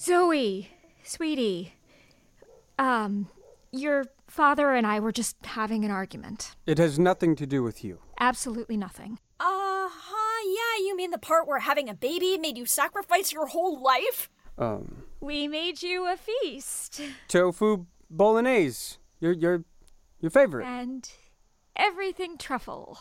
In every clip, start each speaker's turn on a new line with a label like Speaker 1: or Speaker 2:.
Speaker 1: Zoe, sweetie, um, your father and I were just having an argument.
Speaker 2: It has nothing to do with you.
Speaker 1: Absolutely nothing.
Speaker 3: Uh huh, yeah, you mean the part where having a baby made you sacrifice your whole life?
Speaker 2: Um,
Speaker 1: We made you a feast.
Speaker 2: tofu bolognese. Your your your favorite.
Speaker 1: And everything truffle.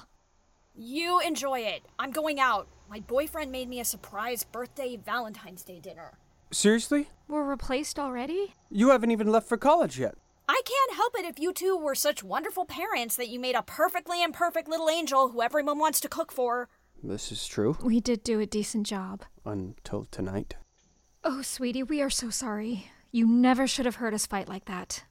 Speaker 3: You enjoy it. I'm going out. My boyfriend made me a surprise birthday Valentine's Day dinner.
Speaker 2: Seriously?
Speaker 1: Were replaced already?
Speaker 2: You haven't even left for college yet.
Speaker 3: I can't help it if you two were such wonderful parents that you made a perfectly imperfect little angel who everyone wants to cook for.
Speaker 2: This is true.
Speaker 1: We did do a decent job.
Speaker 2: Until tonight.
Speaker 1: Oh, sweetie, we are so sorry. You never should have heard us fight like that.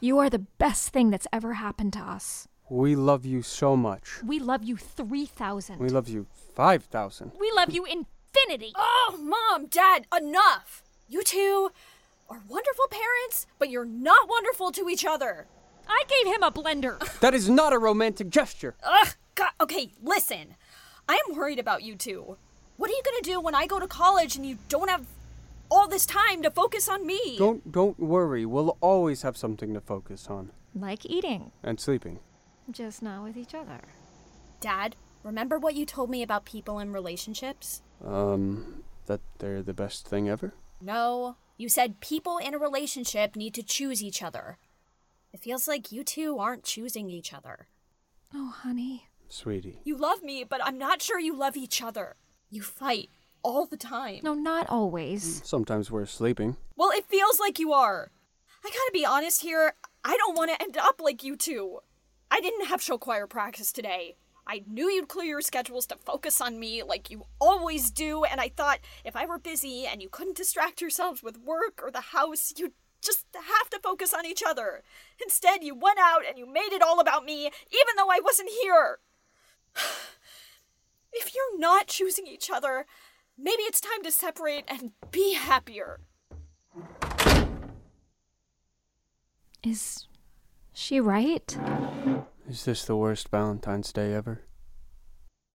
Speaker 1: you are the best thing that's ever happened to us.
Speaker 2: We love you so much.
Speaker 1: We love you 3,000.
Speaker 2: We love you five thousand.
Speaker 1: We love you infinity.
Speaker 3: Oh, mom, dad, enough! You two are wonderful parents, but you're not wonderful to each other.
Speaker 1: I gave him a blender.
Speaker 2: That is not a romantic gesture.
Speaker 3: Ugh, God, okay, listen. I am worried about you two. What are you gonna do when I go to college and you don't have all this time to focus on me?
Speaker 2: Don't don't worry. We'll always have something to focus on.
Speaker 1: like eating,
Speaker 2: And sleeping.
Speaker 1: just not with each other.
Speaker 3: Dad, remember what you told me about people in relationships?
Speaker 2: Um, that they're the best thing ever.
Speaker 3: No, you said people in a relationship need to choose each other. It feels like you two aren't choosing each other.
Speaker 1: Oh, honey.
Speaker 2: Sweetie.
Speaker 3: You love me, but I'm not sure you love each other. You fight all the time.
Speaker 1: No, not always.
Speaker 2: Sometimes we're sleeping.
Speaker 3: Well, it feels like you are. I gotta be honest here, I don't want to end up like you two. I didn't have show choir practice today. I knew you'd clear your schedules to focus on me like you always do, and I thought if I were busy and you couldn't distract yourselves with work or the house, you'd just have to focus on each other. Instead, you went out and you made it all about me, even though I wasn't here. if you're not choosing each other, maybe it's time to separate and be happier.
Speaker 1: Is she right? Mm.
Speaker 2: Is this the worst Valentine's Day ever?